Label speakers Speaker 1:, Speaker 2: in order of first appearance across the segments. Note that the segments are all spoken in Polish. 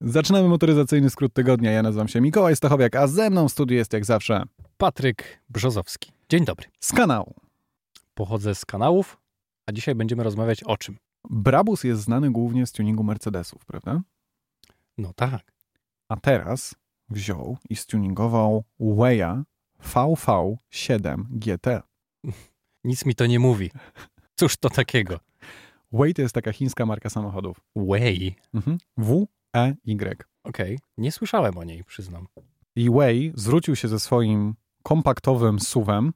Speaker 1: Zaczynamy motoryzacyjny skrót tygodnia. Ja nazywam się Mikołaj Stachowiak, a ze mną w studiu jest jak zawsze
Speaker 2: Patryk Brzozowski. Dzień dobry.
Speaker 1: z kanału.
Speaker 2: Pochodzę z kanałów, a dzisiaj będziemy rozmawiać o czym?
Speaker 1: Brabus jest znany głównie z tuningu Mercedesów, prawda?
Speaker 2: No tak.
Speaker 1: A teraz wziął i stuningował Weya VV7 GT.
Speaker 2: Nic mi to nie mówi. Cóż to takiego?
Speaker 1: Way to jest taka chińska marka samochodów.
Speaker 2: Way.
Speaker 1: Mhm. W-E-Y.
Speaker 2: Okej, nie słyszałem o niej, przyznam.
Speaker 1: I Way zwrócił się ze swoim kompaktowym suwem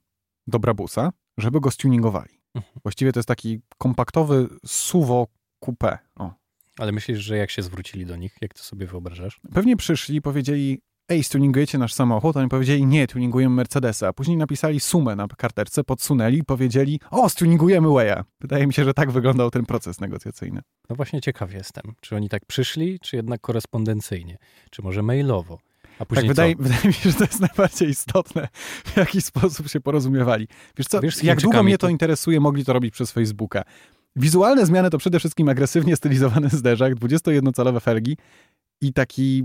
Speaker 1: do Brabusa, żeby go stuningowali.
Speaker 2: Mhm.
Speaker 1: Właściwie to jest taki kompaktowy suwo coupé. O,
Speaker 2: Ale myślisz, że jak się zwrócili do nich, jak to sobie wyobrażasz?
Speaker 1: Pewnie przyszli i powiedzieli, ej, tuningujecie nasz samochód? Oni powiedzieli, nie, tuningujemy Mercedesa. A Później napisali sumę na karterce, podsunęli i powiedzieli, o, tuningujemy Weya. Wydaje mi się, że tak wyglądał ten proces negocjacyjny. Tak,
Speaker 2: No właśnie ciekaw jestem, czy oni tak przyszli, czy jednak korespondencyjnie, czy może mailowo. A później
Speaker 1: tak, wydaje,
Speaker 2: co?
Speaker 1: wydaje mi się, że to jest najbardziej istotne, w jaki sposób się porozumiewali. Wiesz co,
Speaker 2: Wiesz, z
Speaker 1: jak długo
Speaker 2: Chińczykami
Speaker 1: mnie to
Speaker 2: to-
Speaker 1: interesuje, mogli to robić przez Facebooka. Wizualne zmiany to przede wszystkim agresywnie stylizowany zderzak, 21-calowe felgi i taki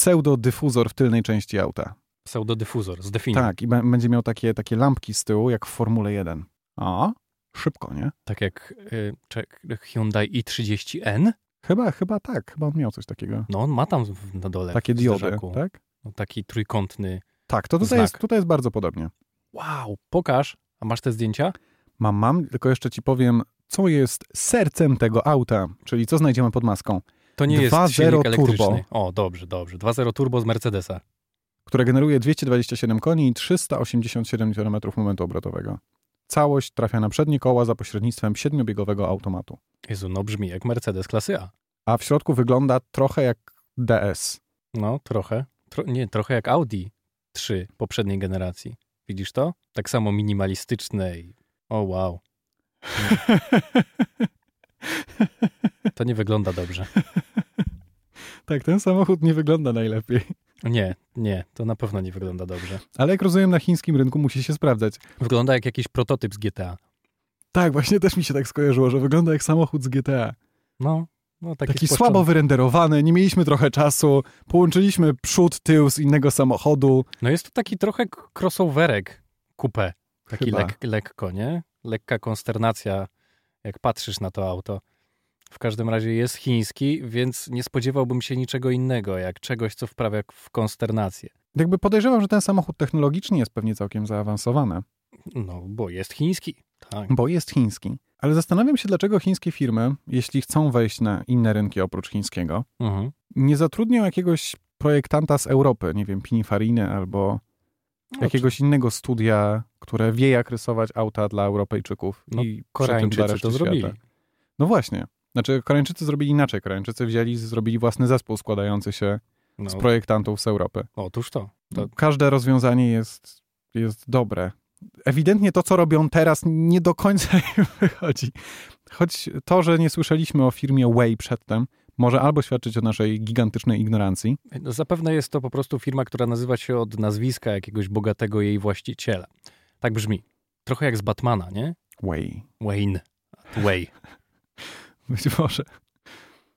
Speaker 1: pseudo-dyfuzor w tylnej części auta.
Speaker 2: Pseudodyfuzor, zdefiniuj.
Speaker 1: Tak, i b- będzie miał takie, takie lampki z tyłu, jak w Formule 1. A, szybko, nie?
Speaker 2: Tak jak y, czek, Hyundai i30N,
Speaker 1: Chyba, chyba tak, chyba on miał coś takiego.
Speaker 2: no on ma tam w- na dole.
Speaker 1: Takie
Speaker 2: w
Speaker 1: diody,
Speaker 2: zderzaku.
Speaker 1: tak?
Speaker 2: No, taki trójkątny.
Speaker 1: Tak, to tutaj
Speaker 2: Znak.
Speaker 1: jest, tutaj jest bardzo podobnie.
Speaker 2: Wow, pokaż. A masz te zdjęcia?
Speaker 1: Mam, mam, tylko jeszcze ci powiem, co jest sercem tego auta, czyli co znajdziemy pod maską,
Speaker 2: To nie
Speaker 1: 2.0
Speaker 2: jest silnik elektryczny.
Speaker 1: turbo.
Speaker 2: O, dobrze, dobrze. 2.0 turbo z Mercedesa.
Speaker 1: które generuje 227 koni i 387 Nm momentu obrotowego. Całość trafia na przednie koła za pośrednictwem siedmiobiegowego automatu.
Speaker 2: Jezu, no brzmi jak Mercedes klasy A.
Speaker 1: A w środku wygląda trochę jak DS.
Speaker 2: No, trochę. Tro, nie, trochę jak Audi 3 poprzedniej generacji. Widzisz to? Tak samo minimalistyczne i... O, wow. To nie wygląda dobrze.
Speaker 1: tak, ten samochód nie wygląda najlepiej.
Speaker 2: Nie, nie, to na pewno nie wygląda dobrze.
Speaker 1: Ale jak rozumiem, na chińskim rynku musi się sprawdzać.
Speaker 2: Wygląda jak jakiś prototyp z GTA.
Speaker 1: Tak, właśnie też mi się tak skojarzyło, że wygląda jak samochód z GTA.
Speaker 2: No, no taki,
Speaker 1: Taki,
Speaker 2: spłaszczony.
Speaker 1: słabo wyrenderowany, nie mieliśmy trochę czasu, połączyliśmy przód, tył z innego samochodu.
Speaker 2: No jest to taki trochę k- crossoverek coupé. Taki
Speaker 1: Chyba.
Speaker 2: lek, lekko, nie? Lekka konsternacja, jak patrzysz na to auto. W każdym razie jest chiński, więc nie spodziewałbym się niczego innego, jak czegoś, co wprawia k- w konsternację.
Speaker 1: Jakby podejrzewam, że ten samochód technologicznie jest pewnie całkiem zaawansowany,
Speaker 2: No, bo jest chiński. Tak.
Speaker 1: bo jest chiński. Ale zastanawiam się, dlaczego chińskie firmy, jeśli chcą wejść na inne rynki oprócz chińskiego,
Speaker 2: Mhm.
Speaker 1: nie zatrudnią jakiegoś projektanta z Europy, nie wiem, Pininfariny albo
Speaker 2: No,
Speaker 1: jakiegoś innego studia, które wie, jak rysować auta dla Europejczyków
Speaker 2: No,
Speaker 1: i przy tym dla
Speaker 2: Koreańczycy
Speaker 1: reszty
Speaker 2: to zrobili.
Speaker 1: Świata. No właśnie. Znaczy, Koreańczycy zrobili inaczej. Koreańczycy wzięli, zrobili własny zespół składający się
Speaker 2: No,
Speaker 1: z projektantów z Europy.
Speaker 2: otóż to. to.
Speaker 1: Każde rozwiązanie jest, jest dobre. Ewidentnie to, co robią teraz, nie do końca im wychodzi. Choć to, że nie słyszeliśmy o firmie Way przedtem, może albo świadczyć o naszej gigantycznej ignorancji,
Speaker 2: No, zapewne jest to po prostu firma, która nazywa się od nazwiska jakiegoś bogatego jej właściciela. Tak brzmi. Trochę jak z Batmana, nie?
Speaker 1: Way.
Speaker 2: Wayne. Way.
Speaker 1: Być może.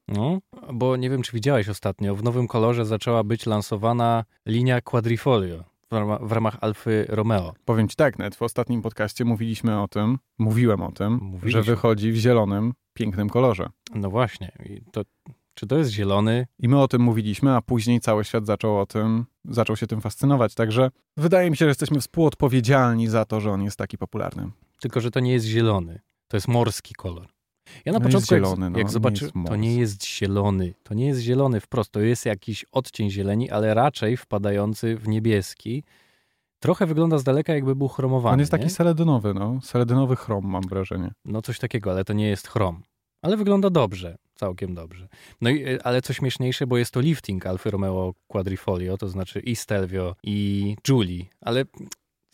Speaker 2: No, bo nie wiem, czy widziałeś ostatnio, w nowym kolorze zaczęła być lansowana linia Quadrifolio w, rama, w ramach Alfy Romeo.
Speaker 1: Powiem ci tak, net, w ostatnim podcaście mówiliśmy o tym, mówiłem o tym,
Speaker 2: Mówiliśmy.
Speaker 1: że wychodzi w zielonym, pięknym kolorze.
Speaker 2: No właśnie, i to, czy to jest zielony?
Speaker 1: I my o tym mówiliśmy, a później cały świat zaczął o tym, zaczął się tym fascynować. Także wydaje mi się, że jesteśmy współodpowiedzialni za to, że on jest taki popularny.
Speaker 2: Tylko, że to nie jest zielony, to jest morski kolor. Ja na
Speaker 1: No jest
Speaker 2: początku,
Speaker 1: zielony,
Speaker 2: jak,
Speaker 1: no,
Speaker 2: jak
Speaker 1: nie
Speaker 2: zobaczyłem,
Speaker 1: jest
Speaker 2: to
Speaker 1: morski.
Speaker 2: nie jest zielony, to nie jest zielony wprost, to jest jakiś odcień zieleni, ale raczej wpadający w niebieski. Trochę wygląda z daleka, jakby był chromowany.
Speaker 1: on jest taki
Speaker 2: nie?
Speaker 1: seledynowy, no. Seledynowy chrom, mam wrażenie.
Speaker 2: No coś takiego, ale to nie jest chrom. Ale wygląda dobrze, całkiem dobrze. No i, y, ale co śmieszniejsze, bo jest to lifting Alfa Romeo Quadrifoglio, to znaczy i Stelvio, i Julie, ale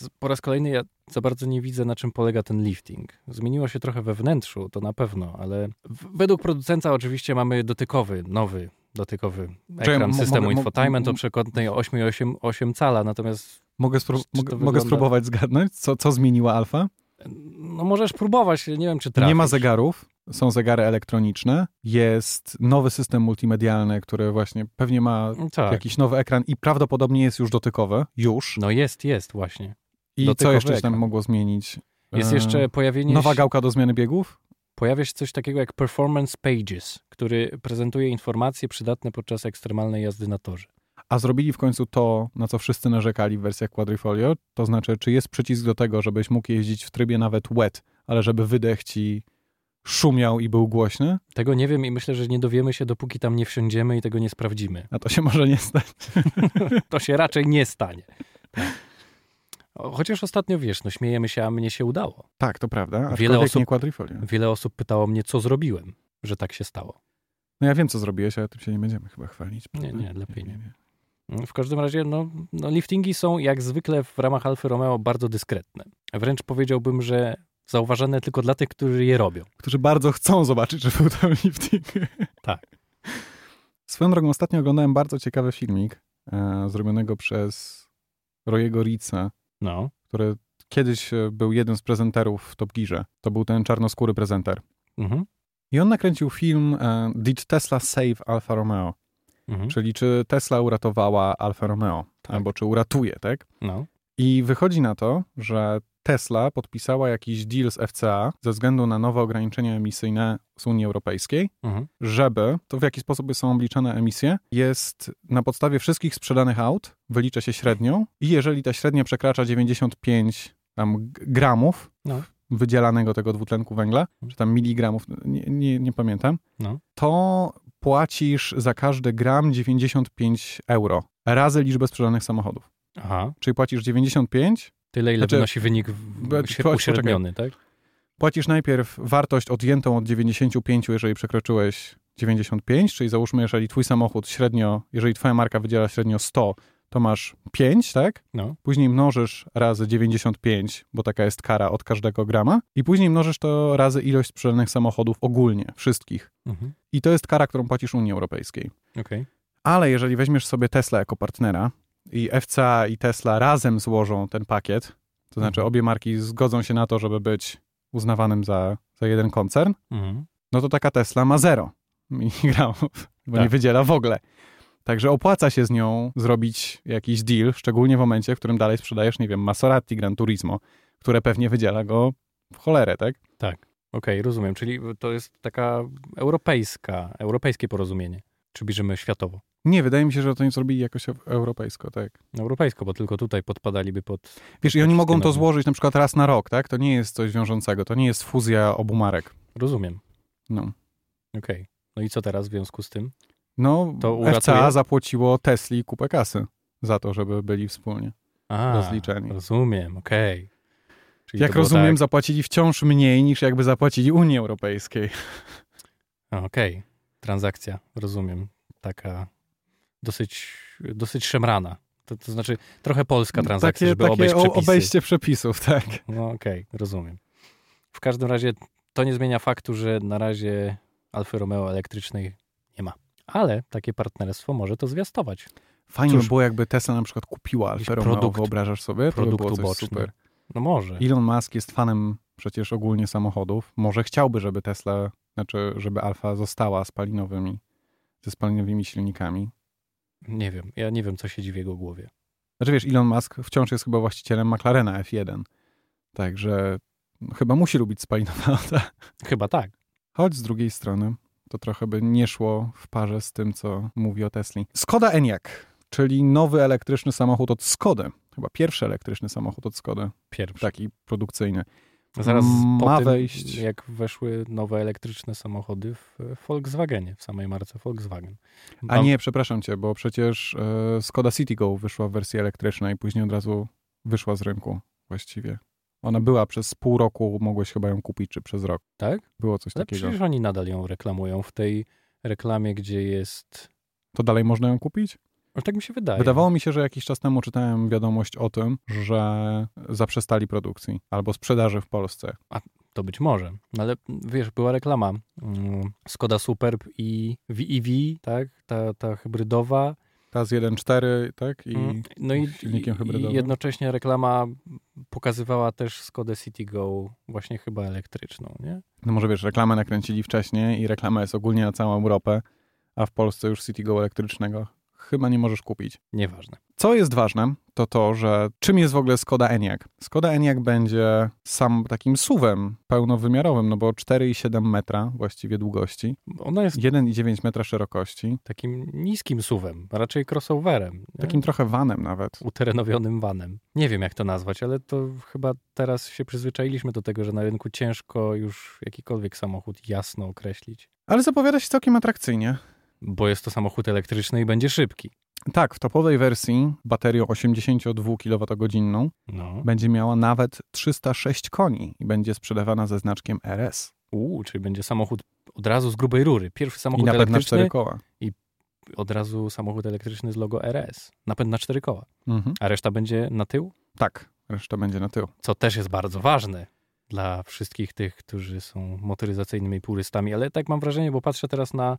Speaker 2: z- po raz kolejny ja za bardzo nie widzę, na czym polega ten lifting. Zmieniło się trochę we wnętrzu, to na pewno, ale w, według producenta oczywiście mamy dotykowy, nowy dotykowy
Speaker 1: Czekaj,
Speaker 2: ekran
Speaker 1: mo-
Speaker 2: systemu
Speaker 1: mogę- mo-
Speaker 2: infotainment o
Speaker 1: m-
Speaker 2: przekątnej 8,8 cala, natomiast
Speaker 1: Mogę, spró-
Speaker 2: Czy to
Speaker 1: mogę, mogę
Speaker 2: wygląda-
Speaker 1: spróbować zgadnąć, co, co zmieniła Alfa?
Speaker 2: no możesz e, próbować, nie wiem czy trafisz.
Speaker 1: Nie ma zegarów, są zegary elektroniczne, jest nowy system multimedialny, który właśnie pewnie ma
Speaker 2: Tak.
Speaker 1: jakiś nowy ekran i prawdopodobnie jest już dotykowy. Już.
Speaker 2: No jest, jest właśnie.
Speaker 1: I co
Speaker 2: dotykowy
Speaker 1: jeszcze się tam
Speaker 2: ekran.
Speaker 1: mogło zmienić?
Speaker 2: Jest
Speaker 1: E,
Speaker 2: jeszcze pojawienie
Speaker 1: Nowa gałka do zmiany biegów?
Speaker 2: pojawia się coś takiego jak Performance Pages, który prezentuje informacje przydatne podczas ekstremalnej jazdy na torze.
Speaker 1: A zrobili w końcu to, na co wszyscy narzekali w wersjach Quadrifolio, to znaczy, czy jest przycisk do tego, żebyś mógł jeździć w trybie nawet wet, ale żeby wydech ci szumiał i był głośny?
Speaker 2: Tego nie wiem i myślę, że nie dowiemy się, dopóki tam nie wsiądziemy i tego nie sprawdzimy.
Speaker 1: A to się może nie stać.
Speaker 2: To się raczej nie stanie. Tak. O, Chociaż ostatnio wiesz, no śmiejemy się, a mnie się udało.
Speaker 1: Tak, to prawda.
Speaker 2: Wiele
Speaker 1: Aczkolwiek
Speaker 2: osób-
Speaker 1: nie Quadrifolio.
Speaker 2: Wiele osób pytało mnie, co zrobiłem, że tak się stało.
Speaker 1: No ja wiem, co zrobiłeś, ale tym się nie będziemy chyba chwalić. prawda?
Speaker 2: nie, lepiej nie. W każdym razie, no, no liftingi są jak zwykle w ramach Alfy Romeo bardzo dyskretne. Wręcz powiedziałbym, że zauważane tylko dla tych, którzy je robią.
Speaker 1: Którzy bardzo chcą zobaczyć, że był tam lifting.
Speaker 2: Tak.
Speaker 1: Swoją drogą, ostatnio oglądałem bardzo ciekawy filmik e, zrobionego przez Royego Ritza,
Speaker 2: No,
Speaker 1: który kiedyś e, był jednym z prezenterów w Top Gearze. To był ten czarnoskóry prezenter.
Speaker 2: mhm.
Speaker 1: I on nakręcił film e, Did Tesla Save Alfa Romeo?
Speaker 2: Mhm.
Speaker 1: Czyli czy Tesla uratowała Alfa Romeo?
Speaker 2: Tak.
Speaker 1: Albo czy uratuje, tak?
Speaker 2: no.
Speaker 1: I wychodzi na to, że Tesla podpisała jakiś deal z FCA ze względu na nowe ograniczenia emisyjne z Unii Europejskiej,
Speaker 2: Mhm.
Speaker 1: żeby to, w jaki sposób są obliczane emisje, jest na podstawie wszystkich sprzedanych aut, wylicza się średnią i jeżeli ta średnia przekracza 95 tam g- gramów
Speaker 2: No.
Speaker 1: wydzielanego tego dwutlenku węgla, czy tam miligramów, nie, nie, nie pamiętam,
Speaker 2: No.
Speaker 1: to płacisz za każdy gram 95 euro razy liczbę sprzedanych samochodów.
Speaker 2: Aha.
Speaker 1: Czyli płacisz 95
Speaker 2: Tyle, ile
Speaker 1: Znaczy,
Speaker 2: wynosi wynik w,
Speaker 1: be-
Speaker 2: śre-
Speaker 1: po-
Speaker 2: uśredniony, tak?
Speaker 1: Płacisz najpierw wartość odjętą od 95, jeżeli przekroczyłeś 95, czyli załóżmy, jeżeli twój samochód średnio, jeżeli twoja marka wydziela średnio 100, to masz 5, tak?
Speaker 2: No.
Speaker 1: Później mnożysz razy 95, bo taka jest kara od każdego grama i później mnożysz to razy ilość sprzedanych samochodów ogólnie, wszystkich.
Speaker 2: Mhm.
Speaker 1: I to jest kara, którą płacisz Unii Europejskiej.
Speaker 2: Okej.
Speaker 1: Ale jeżeli weźmiesz sobie Tesla jako partnera i FCA i Tesla razem złożą ten pakiet, to znaczy
Speaker 2: Mhm.
Speaker 1: obie marki zgodzą się na to, żeby być uznawanym za, za jeden koncern,
Speaker 2: Mhm.
Speaker 1: no to taka Tesla ma zero miligramów, bo nie
Speaker 2: Tak.
Speaker 1: wydziela w ogóle. Także opłaca się z nią zrobić jakiś deal, szczególnie w momencie, w którym dalej sprzedajesz, nie wiem, Maserati Gran Turismo, które pewnie wydziela go w cholerę, tak?
Speaker 2: Okej, rozumiem. Czyli to jest taka europejska, europejskie porozumienie. Czy bierzemy światowo?
Speaker 1: Nie, wydaje mi się, że to nie zrobili jakoś eu- europejsko, tak?
Speaker 2: Europejsko, bo tylko tutaj podpadaliby pod...
Speaker 1: Wiesz, i oni
Speaker 2: Wszystkie
Speaker 1: mogą to
Speaker 2: nowe.
Speaker 1: złożyć na przykład raz na rok, tak? To nie jest coś wiążącego, to nie jest fuzja obu marek.
Speaker 2: Rozumiem.
Speaker 1: No,
Speaker 2: Okej. No i co teraz w związku z tym?
Speaker 1: no
Speaker 2: To uratuje?
Speaker 1: FCA zapłaciło Tesli kupę kasy za to, żeby byli wspólnie.
Speaker 2: A,
Speaker 1: Rozliczeni.
Speaker 2: Rozumiem, okej. Czyli
Speaker 1: Jak
Speaker 2: to było
Speaker 1: rozumiem,
Speaker 2: Tak...
Speaker 1: zapłacili wciąż mniej niż jakby zapłacili Unii Europejskiej.
Speaker 2: A, Okej, transakcja, rozumiem. Taka dosyć, dosyć szemrana. To, to znaczy trochę polska transakcja,
Speaker 1: takie
Speaker 2: żeby
Speaker 1: takie
Speaker 2: obejść
Speaker 1: o-
Speaker 2: przepisy.
Speaker 1: obejście przepisów, tak.
Speaker 2: No okej, rozumiem. W każdym razie to nie zmienia faktu, że na razie Alfy Romeo elektrycznej nie ma. Ale takie partnerstwo może to zwiastować.
Speaker 1: Fajnie by
Speaker 2: Cóż.
Speaker 1: było, jakby Tesla na przykład kupiła
Speaker 2: Jakiś
Speaker 1: Alfa Romeo,
Speaker 2: produkt-
Speaker 1: wyobrażasz sobie? To by
Speaker 2: produkt
Speaker 1: było coś
Speaker 2: uboczny.
Speaker 1: super.
Speaker 2: No może.
Speaker 1: Elon Musk jest fanem przecież ogólnie samochodów. Może chciałby, żeby Tesla, znaczy, żeby Alfa została spalinowymi, ze spalinowymi silnikami.
Speaker 2: Nie wiem. Ja nie wiem, co siedzi w jego głowie.
Speaker 1: Znaczy wiesz, Elon Musk wciąż jest chyba właścicielem McLarena F1. Także no, chyba musi lubić spalinowe auta.
Speaker 2: Chyba tak.
Speaker 1: Choć z drugiej strony to trochę by nie szło w parze z tym, co mówi o Tesli. Skoda Enyaq, czyli nowy elektryczny samochód od Skody. Chyba pierwszy elektryczny samochód od Skody,
Speaker 2: Pierwszy.
Speaker 1: taki produkcyjny.
Speaker 2: Zaraz
Speaker 1: Tak. Ma
Speaker 2: po tym,
Speaker 1: wejść-
Speaker 2: jak weszły nowe elektryczne samochody w e, Volkswagenie, w samej marce Volkswagen.
Speaker 1: A
Speaker 2: Mam-
Speaker 1: nie, przepraszam cię, bo przecież e, Skoda Citigo wyszła w wersji elektrycznej, później od razu wyszła z rynku właściwie. Ona była przez pół roku, mogłeś chyba ją kupić, czy przez rok.
Speaker 2: Tak?
Speaker 1: Było coś
Speaker 2: Ale
Speaker 1: takiego.
Speaker 2: przecież oni nadal ją reklamują w tej reklamie, gdzie jest...
Speaker 1: To dalej można ją kupić?
Speaker 2: No, tak mi się wydaje.
Speaker 1: Wydawało mi się, że jakiś czas temu czytałem wiadomość o tym, że zaprzestali produkcji albo sprzedaży w Polsce.
Speaker 2: To być może. No ale wiesz, była reklama mm, Skoda Superb i VEV, tak? Ta, ta hybrydowa
Speaker 1: Ta z 1.4, tak? I
Speaker 2: Mm, no i,
Speaker 1: silnikiem hybrydowym.
Speaker 2: i jednocześnie reklama pokazywała też Skodę CityGo właśnie chyba elektryczną, nie?
Speaker 1: No może wiesz, reklamę nakręcili wcześniej i reklama jest ogólnie na całą Europę, a w Polsce już CityGo elektrycznego chyba nie możesz kupić.
Speaker 2: Nieważne.
Speaker 1: Co jest ważne, to to, że czym jest w ogóle Skoda Enyaq? Skoda Enyaq będzie sam takim suwem pełnowymiarowym, no bo 4,7 metra właściwie długości,
Speaker 2: Ona jest
Speaker 1: 1,9 metra szerokości,
Speaker 2: takim niskim suwem, raczej crossoverem. nie?
Speaker 1: takim trochę vanem nawet.
Speaker 2: uterenowionym vanem. Nie wiem, jak to nazwać, ale to chyba teraz się przyzwyczailiśmy do tego, że na rynku ciężko już jakikolwiek samochód jasno określić,
Speaker 1: Ale zapowiada się całkiem atrakcyjnie.
Speaker 2: bo jest to samochód elektryczny i będzie szybki.
Speaker 1: Tak, w topowej wersji baterią 82 kWh
Speaker 2: No.
Speaker 1: będzie miała nawet 306 koni i będzie sprzedawana ze znaczkiem RS.
Speaker 2: Uuu, czyli będzie samochód od razu z grubej rury. Pierwszy
Speaker 1: I
Speaker 2: samochód
Speaker 1: napęd na
Speaker 2: elektryczny,
Speaker 1: cztery koła.
Speaker 2: od razu samochód elektryczny z logo RS. Napęd na cztery koła.
Speaker 1: Mhm.
Speaker 2: A reszta będzie na tył,
Speaker 1: Tak, reszta będzie na tył.
Speaker 2: co też jest bardzo ważne dla wszystkich tych, którzy są motoryzacyjnymi purystami, ale tak mam wrażenie, bo patrzę teraz na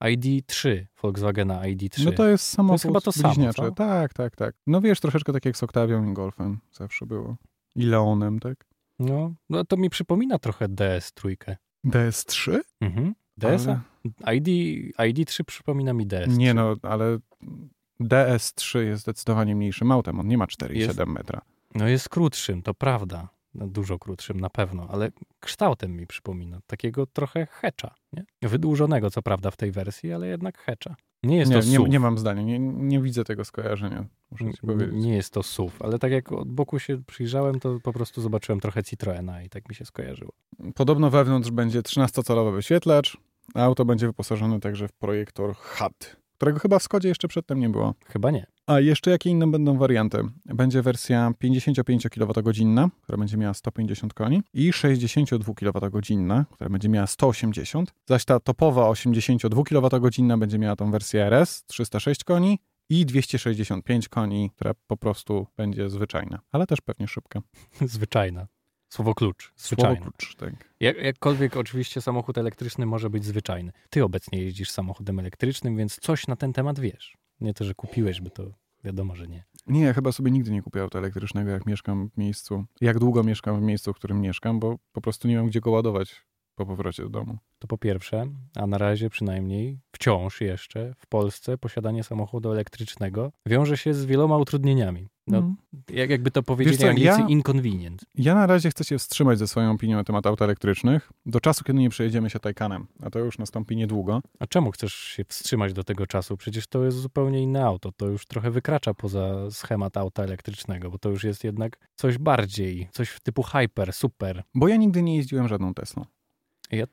Speaker 2: ID3, Volkswagena ID3.
Speaker 1: No to jest samochód
Speaker 2: chyba to samo,
Speaker 1: bliźniaczy.
Speaker 2: co?
Speaker 1: Tak, tak, tak. No wiesz, troszeczkę tak jak z Octavią i Golfem zawsze było. I Leonem, tak?
Speaker 2: No, no to mi przypomina trochę DS trójkę.
Speaker 1: DS3?
Speaker 2: Mhm. DS?
Speaker 1: Ale-
Speaker 2: ID, ID3 przypomina mi DS.
Speaker 1: Nie no, ale DS3 jest zdecydowanie mniejszym autem. On nie ma 4,7 metra.
Speaker 2: No jest krótszym, to prawda. No, dużo krótszym na pewno, ale kształtem mi przypomina. Takiego trochę hecza, nie? Wydłużonego co prawda w tej wersji, ale jednak hecza. Nie jest
Speaker 1: Nie,
Speaker 2: to
Speaker 1: nie,
Speaker 2: SUV.
Speaker 1: nie mam zdania. Nie, nie widzę tego skojarzenia. Muszę ci
Speaker 2: N-
Speaker 1: powiedzieć.
Speaker 2: nie jest to SUV, ale tak jak od boku się przyjrzałem, to po prostu zobaczyłem trochę Citroena i tak mi się skojarzyło.
Speaker 1: Podobno wewnątrz będzie 13-calowy wyświetlacz. a Auto będzie wyposażone także w projektor HUD, którego chyba w Skodzie jeszcze przedtem nie było.
Speaker 2: Chyba nie.
Speaker 1: A jeszcze jakie inne będą warianty? Będzie wersja 55 kWh, która będzie miała 150 koni i 62 kWh, która będzie miała 180. Zaś ta topowa 82 kWh będzie miała tą wersję RS 306 koni i 265 koni, która po prostu będzie zwyczajna, ale też pewnie szybka.
Speaker 2: Zwyczajna. Słowo klucz.
Speaker 1: Słowo
Speaker 2: Zwyczajna.
Speaker 1: klucz, tak.
Speaker 2: Jak, jakkolwiek oczywiście samochód elektryczny może być zwyczajny. Ty obecnie jeździsz samochodem elektrycznym, więc coś na ten temat wiesz. Nie to, że kupiłeś, bo to wiadomo, że nie.
Speaker 1: Nie, ja chyba sobie nigdy nie kupię auta elektrycznego, jak mieszkam w miejscu, jak długo mieszkam w miejscu, w którym mieszkam, bo po prostu nie mam gdzie go ładować po powrocie do domu.
Speaker 2: To po pierwsze, a na razie przynajmniej wciąż jeszcze w Polsce posiadanie samochodu elektrycznego wiąże się z wieloma utrudnieniami. No,
Speaker 1: Mm.
Speaker 2: jak, jakby to powiedzieli
Speaker 1: co,
Speaker 2: Anglicy,
Speaker 1: ja-
Speaker 2: inconvenient.
Speaker 1: Ja na razie chcę się wstrzymać ze swoją opinią na temat aut elektrycznych do czasu, kiedy nie przejedziemy się Taycanem, a to już nastąpi niedługo.
Speaker 2: A czemu chcesz się wstrzymać do tego czasu? Przecież to jest zupełnie inne auto. To już trochę wykracza poza schemat auta elektrycznego, bo to już jest jednak coś bardziej, coś typu hyper, super.
Speaker 1: Bo ja nigdy nie jeździłem żadną Teslą.
Speaker 2: Ja,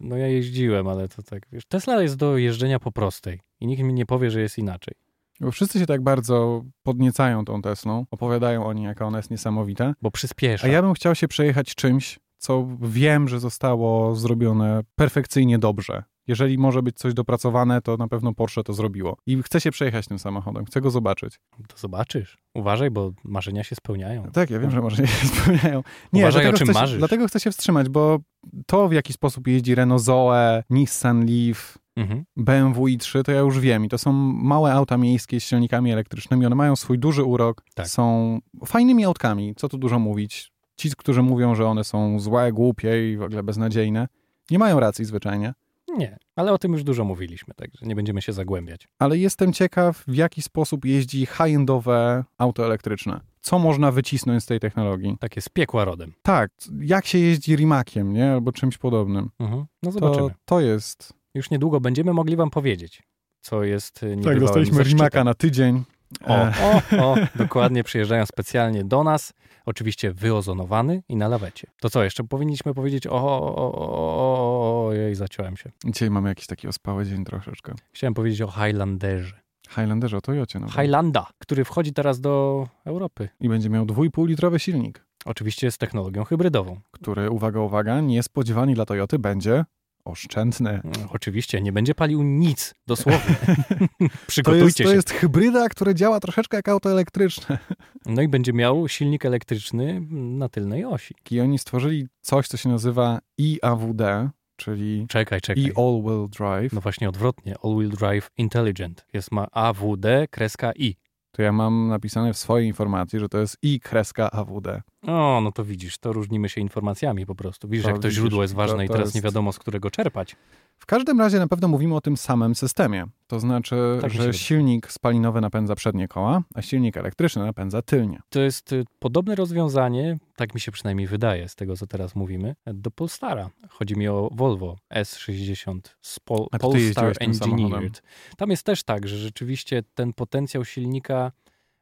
Speaker 2: no ja jeździłem, ale to tak, wiesz, Tesla jest do jeżdżenia po prostej i nikt mi nie powie, że jest inaczej.
Speaker 1: Bo wszyscy się tak bardzo podniecają tą Teslą, opowiadają o niej, jaka ona jest niesamowita.
Speaker 2: Bo przyspiesza.
Speaker 1: A ja bym chciał się przejechać czymś, co wiem, że zostało zrobione perfekcyjnie dobrze. Jeżeli może być coś dopracowane, to na pewno Porsche to zrobiło. I chcę się przejechać tym samochodem, chcę go zobaczyć.
Speaker 2: To zobaczysz. Uważaj, bo marzenia się spełniają.
Speaker 1: Tak, ja wiem, że może się spełniają. Nie,
Speaker 2: Uważaj,
Speaker 1: dlatego
Speaker 2: o czym
Speaker 1: chcę się,
Speaker 2: marzysz.
Speaker 1: Dlatego chcę się wstrzymać, bo to, w jaki sposób jeździ Renault Zoe, Nissan Leaf,
Speaker 2: Mhm.
Speaker 1: BMW i3, to ja już wiem. I to są małe auta miejskie z silnikami elektrycznymi. One mają swój duży urok.
Speaker 2: Tak.
Speaker 1: Są fajnymi autkami, co tu dużo mówić. Ci, którzy mówią, że one są złe, głupie i w ogóle beznadziejne, nie mają racji zwyczajnie.
Speaker 2: Nie, ale o tym już dużo mówiliśmy, także nie będziemy się zagłębiać.
Speaker 1: Ale jestem ciekaw, w jaki sposób jeździ high-endowe auto elektryczne. Co można wycisnąć z tej technologii?
Speaker 2: Takie z piekła rodem.
Speaker 1: Tak, jak się jeździ rimakiem, nie? Albo czymś podobnym.
Speaker 2: Mhm. No zobaczymy.
Speaker 1: To, to jest.
Speaker 2: Już niedługo będziemy mogli wam powiedzieć, co jest e, niebywałym
Speaker 1: Tak, dostaliśmy
Speaker 2: zaszczytem.
Speaker 1: rimaka na tydzień.
Speaker 2: O,
Speaker 1: E,
Speaker 2: o, o, dokładnie przyjeżdżają specjalnie do nas, oczywiście wyozonowany i na lawecie. To co, jeszcze powinniśmy powiedzieć o, o, o, o, o, o jej zaciąłem się.
Speaker 1: Dzisiaj mamy jakiś taki ospały dzień troszeczkę.
Speaker 2: Chciałem powiedzieć o Highlanderze.
Speaker 1: Highlanderze o Toyocie. No,
Speaker 2: Highlanda, który wchodzi teraz do Europy.
Speaker 1: I będzie miał 2,5 litrowy silnik,
Speaker 2: Oczywiście z technologią hybrydową.
Speaker 1: który, uwaga, uwaga, niespodziewani dla Toyoty będzie oszczędny.
Speaker 2: Mm, Oczywiście nie będzie palił nic, dosłownie.
Speaker 1: To
Speaker 2: Przygotujcie
Speaker 1: jest,
Speaker 2: się.
Speaker 1: to jest hybryda, która działa troszeczkę jak auto elektryczne.
Speaker 2: No i będzie miał silnik elektryczny na tylnej osi.
Speaker 1: I oni stworzyli coś, co się nazywa IAWD, czyli
Speaker 2: Czekaj, czekaj.
Speaker 1: i all-wheel drive,
Speaker 2: No właśnie odwrotnie. All-wheel drive intelligent. Jest ma AWD kreska I.
Speaker 1: to ja mam napisane w swojej informacji, że to jest i kreska AWD.
Speaker 2: O, no to widzisz, to różnimy się informacjami po prostu. Widzisz,
Speaker 1: To
Speaker 2: jak to
Speaker 1: widzisz,
Speaker 2: źródło jest
Speaker 1: to-
Speaker 2: ważne i
Speaker 1: to
Speaker 2: teraz
Speaker 1: jest-
Speaker 2: nie wiadomo, z którego czerpać.
Speaker 1: W każdym razie na pewno mówimy o tym samym systemie. To znaczy,
Speaker 2: Tak mi się
Speaker 1: że
Speaker 2: wydaje.
Speaker 1: silnik spalinowy napędza przednie koła, a silnik elektryczny napędza tylnie.
Speaker 2: To jest y, podobne rozwiązanie, tak mi się przynajmniej wydaje z tego, co teraz mówimy, do Polstara. Chodzi mi o Volvo S60 z Pol-
Speaker 1: A ty
Speaker 2: Polestar
Speaker 1: jeździłeś tym samochodem.
Speaker 2: Engineered. Tam jest też tak, że rzeczywiście ten potencjał silnika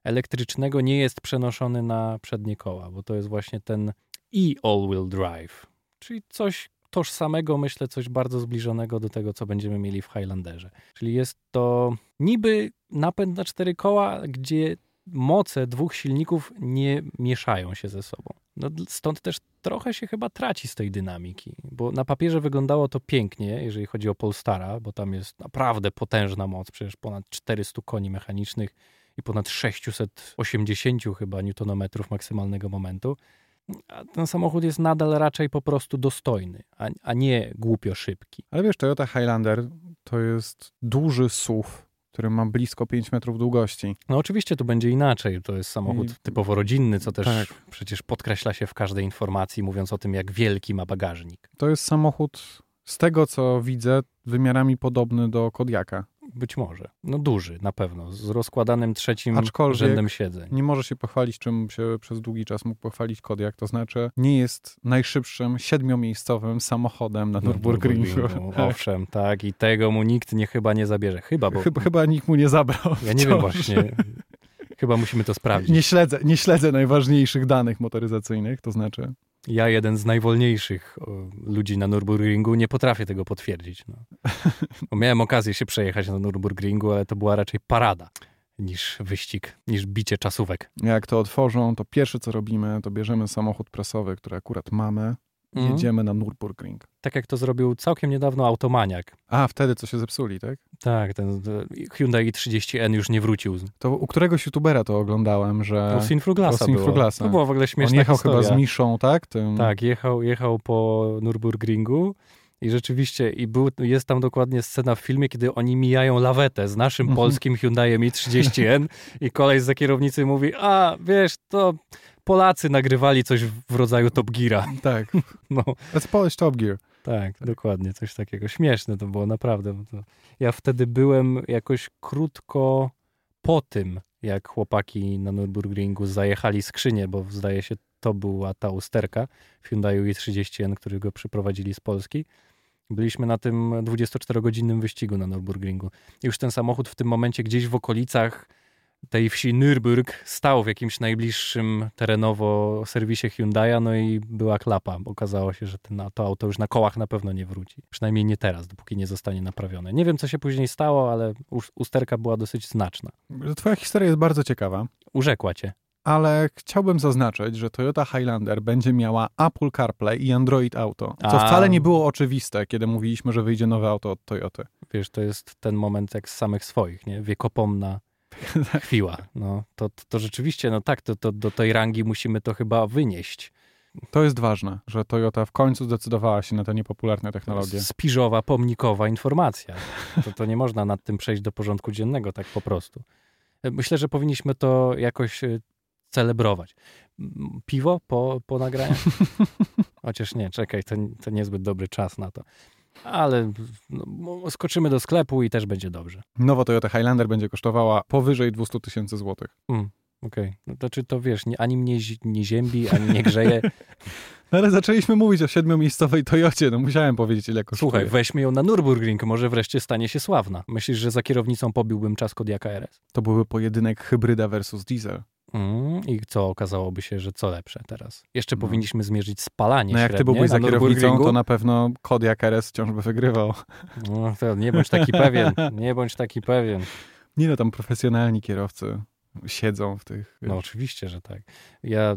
Speaker 2: elektrycznego nie jest przenoszony na przednie koła, bo to jest właśnie ten e-all-wheel drive, czyli coś tożsamego, myślę, coś bardzo zbliżonego do tego, co będziemy mieli w Highlanderze. Czyli jest to niby napęd na cztery koła, gdzie moce dwóch silników nie mieszają się ze sobą. No, dl- stąd też trochę się chyba traci z tej dynamiki, bo na papierze wyglądało to pięknie, jeżeli chodzi o Polstara, bo tam jest naprawdę potężna moc, przecież ponad 400 koni mechanicznych i ponad 680 chyba newtonometrów maksymalnego momentu. A ten samochód jest nadal raczej po prostu dostojny, a, a nie głupio szybki.
Speaker 1: Ale wiesz, Toyota Highlander to jest duży SUV, który ma blisko 5 metrów długości.
Speaker 2: No oczywiście tu będzie inaczej. To jest samochód
Speaker 1: I-
Speaker 2: typowo rodzinny, co też
Speaker 1: Tak.
Speaker 2: przecież podkreśla się w każdej informacji, mówiąc o tym, jak wielki ma bagażnik.
Speaker 1: To jest samochód, z tego co widzę, wymiarami podobny do Kodiaka.
Speaker 2: Być może. No duży na pewno, z rozkładanym trzecim
Speaker 1: Aczkolwiek-
Speaker 2: rzędem siedzeń.
Speaker 1: Nie może się pochwalić, czym się przez długi czas mógł pochwalić Kodiak, to znaczy nie jest najszybszym siedmiomiejscowym samochodem na
Speaker 2: No,
Speaker 1: Nürburgringu.
Speaker 2: Nürburgringu,
Speaker 1: Tak.
Speaker 2: Owszem, tak. I tego mu nikt nie chyba nie zabierze. Chyba, bo
Speaker 1: Chyba, chyba nikt mu nie zabrał.
Speaker 2: ja nie wiem
Speaker 1: wciąż.
Speaker 2: właśnie. Chyba musimy to sprawdzić.
Speaker 1: Nie śledzę, nie śledzę najważniejszych danych motoryzacyjnych, to znaczy
Speaker 2: Ja, jeden z najwolniejszych o, ludzi na Nürburgringu, nie potrafię tego potwierdzić. No. Bo miałem okazję się przejechać na Nürburgringu, ale to była raczej parada niż wyścig, niż bicie czasówek.
Speaker 1: jak to otworzą, to pierwsze co robimy, to bierzemy samochód prasowy, który akurat mamy, i
Speaker 2: Mhm.
Speaker 1: jedziemy na Nürburgring.
Speaker 2: Tak jak to zrobił całkiem niedawno Automaniak.
Speaker 1: A, wtedy co się zepsuli, tak?
Speaker 2: Tak, ten e, Hyundai 30N już nie wrócił.
Speaker 1: To u któregoś youtubera to oglądałem, że
Speaker 2: To Sinfruglasa
Speaker 1: to
Speaker 2: było.
Speaker 1: Sinfruglasa.
Speaker 2: To była w ogóle
Speaker 1: on
Speaker 2: śmieszna
Speaker 1: jechał
Speaker 2: historia.
Speaker 1: chyba z Miszą, tak? Tym,
Speaker 2: Tak, jechał, jechał po Nürburgringu i rzeczywiście i był, jest tam dokładnie scena w filmie, kiedy oni mijają lawetę z naszym
Speaker 1: Mhm.
Speaker 2: polskim Hyundaiem i30N i kolej za kierownicy mówi, a wiesz, to Polacy nagrywali coś w rodzaju Top Geara.
Speaker 1: tak.
Speaker 2: No,
Speaker 1: Let's Polish Top Gear.
Speaker 2: tak, dokładnie, coś takiego. Śmieszne to było, naprawdę. bo To... Ja wtedy byłem jakoś krótko po tym, jak chłopaki na Nürburgringu zajechali skrzynię, bo zdaje się to była ta usterka E w Hyundaiu i30N, którego przyprowadzili z Polski. Byliśmy na tym 24-godzinnym wyścigu na Nürburgringu. Już ten samochód w tym momencie gdzieś w okolicach tej wsi Nürburg stał w jakimś najbliższym terenowo serwisie Hyundai'a, no i była klapa. Okazało się, że ten, to auto już na kołach na pewno nie wróci. Przynajmniej nie teraz, dopóki nie zostanie naprawione. Nie wiem, co się później stało, ale us- usterka była dosyć znaczna.
Speaker 1: Twoja historia jest bardzo ciekawa,
Speaker 2: Urzekła cię.
Speaker 1: ale chciałbym zaznaczyć, że Toyota Highlander będzie miała Apple CarPlay i Android Auto, co
Speaker 2: A.
Speaker 1: wcale nie było oczywiste, kiedy mówiliśmy, że wyjdzie nowe auto od Toyoty.
Speaker 2: Wiesz, to jest ten moment jak z samych swoich, nie? Wiekopomna chwila. No, to, to, to rzeczywiście, no tak, to, to do tej rangi musimy to chyba wynieść.
Speaker 1: To jest ważne, że Toyota w końcu zdecydowała się na te niepopularne technologie.
Speaker 2: Spiżowa, pomnikowa informacja. To, to nie można nad tym przejść do porządku dziennego tak po prostu. Myślę, że powinniśmy to jakoś y, celebrować. M, Piwo po, po nagraniu? Chociaż nie, czekaj, to, to niezbyt dobry czas na to. Ale no, skoczymy do sklepu i też będzie dobrze.
Speaker 1: Nowa Toyota Highlander będzie kosztowała powyżej 200 tysięcy złotych.
Speaker 2: Okej, no to czy to wiesz, nie, ani mnie zi- nie ziębi, ani nie grzeje.
Speaker 1: No ale zaczęliśmy mówić o siedmiomiejscowej Toyocie, no musiałem powiedzieć ile kosztuje.
Speaker 2: Słuchaj, weźmy ją na Nürburgring, może wreszcie stanie się sławna. Myślisz, że za kierownicą pobiłbym czas Kodiaka RS?
Speaker 1: To byłby pojedynek hybryda versus diesel. No
Speaker 2: Mm, I co okazałoby się, że co lepsze teraz? Jeszcze
Speaker 1: No.
Speaker 2: powinniśmy zmierzyć spalanie
Speaker 1: No jak
Speaker 2: średnie
Speaker 1: ty byłbyś za
Speaker 2: na
Speaker 1: kierownicą, to
Speaker 2: Nürburgringu.
Speaker 1: na pewno Kodiaq RS wciąż by wygrywał.
Speaker 2: No, to nie bądź taki pewien, nie bądź taki pewien.
Speaker 1: Nie no, tam profesjonalni kierowcy siedzą w tych...
Speaker 2: No oczywiście, że tak. Ja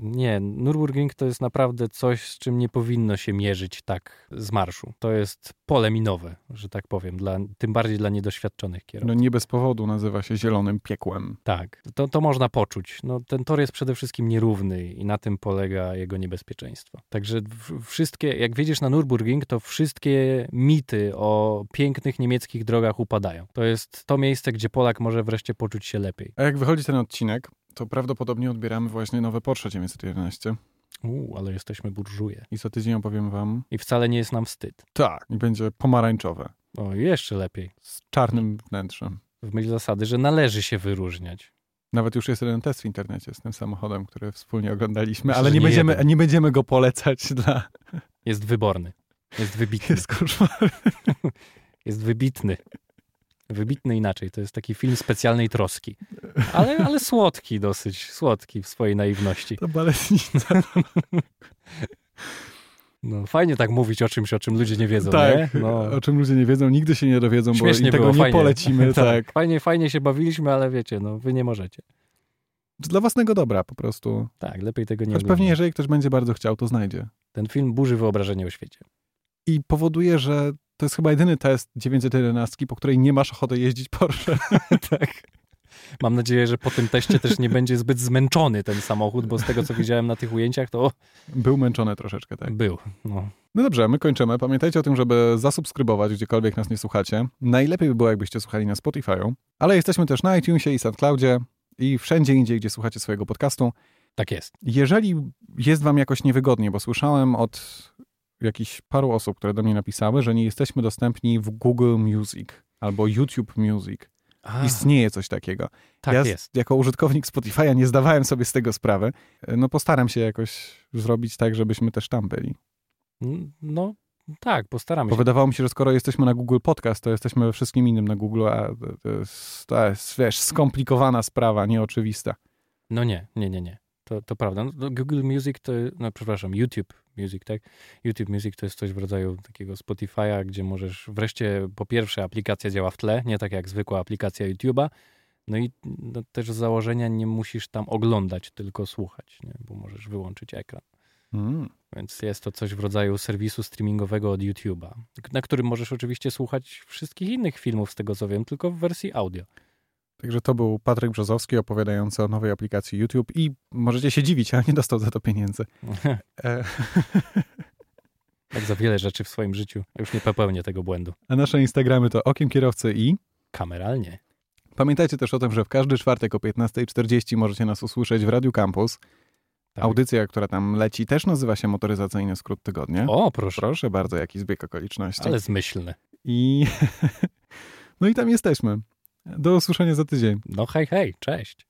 Speaker 2: nie, Nürburgring to jest naprawdę coś, z czym nie powinno się mierzyć tak z marszu. To jest pole minowe, że tak powiem, dla, tym bardziej dla niedoświadczonych kierowców.
Speaker 1: No nie bez powodu nazywa się zielonym piekłem.
Speaker 2: Tak, to, to można poczuć. No, ten tor jest przede wszystkim nierówny i na tym polega jego niebezpieczeństwo. Także w- wszystkie, jak wiedziesz na Nürburgring, to wszystkie mity o pięknych niemieckich drogach upadają. To jest to miejsce, gdzie Polak może wreszcie poczuć się lepiej.
Speaker 1: A jak wychodzi ten odcinek, to prawdopodobnie odbieramy właśnie nowe Porsche 911
Speaker 2: Uuu, ale jesteśmy burżuje.
Speaker 1: i za tydzień opowiem wam...
Speaker 2: I wcale nie jest nam wstyd.
Speaker 1: Tak. I będzie pomarańczowe,
Speaker 2: O, jeszcze lepiej.
Speaker 1: z czarnym wnętrzem.
Speaker 2: W myśl zasady, że należy się wyróżniać.
Speaker 1: Nawet już jest jeden test w internecie z tym samochodem, który wspólnie oglądaliśmy,
Speaker 2: Myślę,
Speaker 1: ale
Speaker 2: że
Speaker 1: nie
Speaker 2: nie
Speaker 1: będziemy,
Speaker 2: jeden.
Speaker 1: nie będziemy go polecać dla...
Speaker 2: Jest wyborny. Jest wybitny.
Speaker 1: Jest koszmar.
Speaker 2: Jest wybitny. Wybitny inaczej. To jest taki film specjalnej troski. Ale, ale słodki dosyć. Słodki w swojej naiwności.
Speaker 1: To baletnica.
Speaker 2: No, fajnie tak mówić o czymś, o czym ludzie nie wiedzą,
Speaker 1: tak,
Speaker 2: nie? No.
Speaker 1: o czym ludzie nie wiedzą, nigdy się nie dowiedzą, bo
Speaker 2: Śmiesznie
Speaker 1: i tego
Speaker 2: było,
Speaker 1: nie
Speaker 2: fajnie.
Speaker 1: polecimy. tak.
Speaker 2: Fajnie, fajnie się bawiliśmy, ale wiecie, no wy nie możecie.
Speaker 1: Dla własnego dobra po prostu.
Speaker 2: Tak, lepiej tego nie
Speaker 1: Choć
Speaker 2: robić.
Speaker 1: pewnie, jeżeli ktoś będzie bardzo chciał, to znajdzie.
Speaker 2: Ten film burzy wyobrażenie o świecie.
Speaker 1: I powoduje, że to jest chyba jedyny test 911, po której nie masz ochoty jeździć Porsche.
Speaker 2: tak. Mam nadzieję, że po tym teście też nie będzie zbyt zmęczony ten samochód, bo z tego co widziałem na tych ujęciach, to o,
Speaker 1: Był męczony troszeczkę, tak.
Speaker 2: był. No.
Speaker 1: No dobrze, my kończymy. Pamiętajcie o tym, żeby zasubskrybować, gdziekolwiek nas nie słuchacie. Najlepiej by było, jakbyście słuchali na Spotify'u, ale jesteśmy też na iTunesie i SoundCloudzie i wszędzie indziej, gdzie słuchacie swojego podcastu.
Speaker 2: Tak jest.
Speaker 1: Jeżeli jest wam jakoś niewygodnie, bo słyszałem od jakichś paru osób, które do mnie napisały, że nie jesteśmy dostępni w Google Music albo YouTube Music.
Speaker 2: A,
Speaker 1: Istnieje coś takiego.
Speaker 2: tak
Speaker 1: ja z-
Speaker 2: jest.
Speaker 1: jako użytkownik Spotify'a nie zdawałem sobie z tego sprawy. No postaram się jakoś zrobić tak, żebyśmy też tam byli.
Speaker 2: N- No tak, postaramy
Speaker 1: Bo
Speaker 2: się.
Speaker 1: wydawało mi się, że skoro jesteśmy na Google Podcast, to jesteśmy we wszystkim innym na Google, a to- to jest, to jest wiesz, skomplikowana sprawa, nieoczywista.
Speaker 2: No nie, nie, nie, nie. To, to prawda. No, no, Google Music to, no przepraszam, YouTube Music, tak? YouTube Music to jest coś w rodzaju takiego Spotify'a, gdzie możesz wreszcie, po pierwsze, aplikacja działa w tle, nie tak jak zwykła aplikacja YouTube'a. No i no, też z założenia nie musisz tam oglądać, tylko słuchać, nie? bo możesz wyłączyć ekran.
Speaker 1: Mm.
Speaker 2: Więc jest to coś w rodzaju serwisu streamingowego od YouTube'a, na którym możesz oczywiście słuchać wszystkich innych filmów, z tego co wiem, tylko w wersji audio.
Speaker 1: Także to był Patryk Brzozowski opowiadający o nowej aplikacji YouTube i możecie się dziwić, ale nie dostał za to pieniędzy. E,
Speaker 2: Jak za wiele rzeczy w swoim życiu. Już nie popełnię tego błędu.
Speaker 1: A nasze Instagramy to Okiem Kierowcy i
Speaker 2: Kameralnie.
Speaker 1: pamiętajcie też o tym, że w każdy czwartek o 15.40 możecie nas usłyszeć w Radiu Campus.
Speaker 2: Tak.
Speaker 1: Audycja, która tam leci też nazywa się Motoryzacyjny Skrót Tygodnia.
Speaker 2: O, proszę.
Speaker 1: Proszę bardzo, jaki zbieg okoliczności.
Speaker 2: Ale zmyślny.
Speaker 1: I no i tam jesteśmy. Do usłyszenia za tydzień.
Speaker 2: No hej, hej, cześć.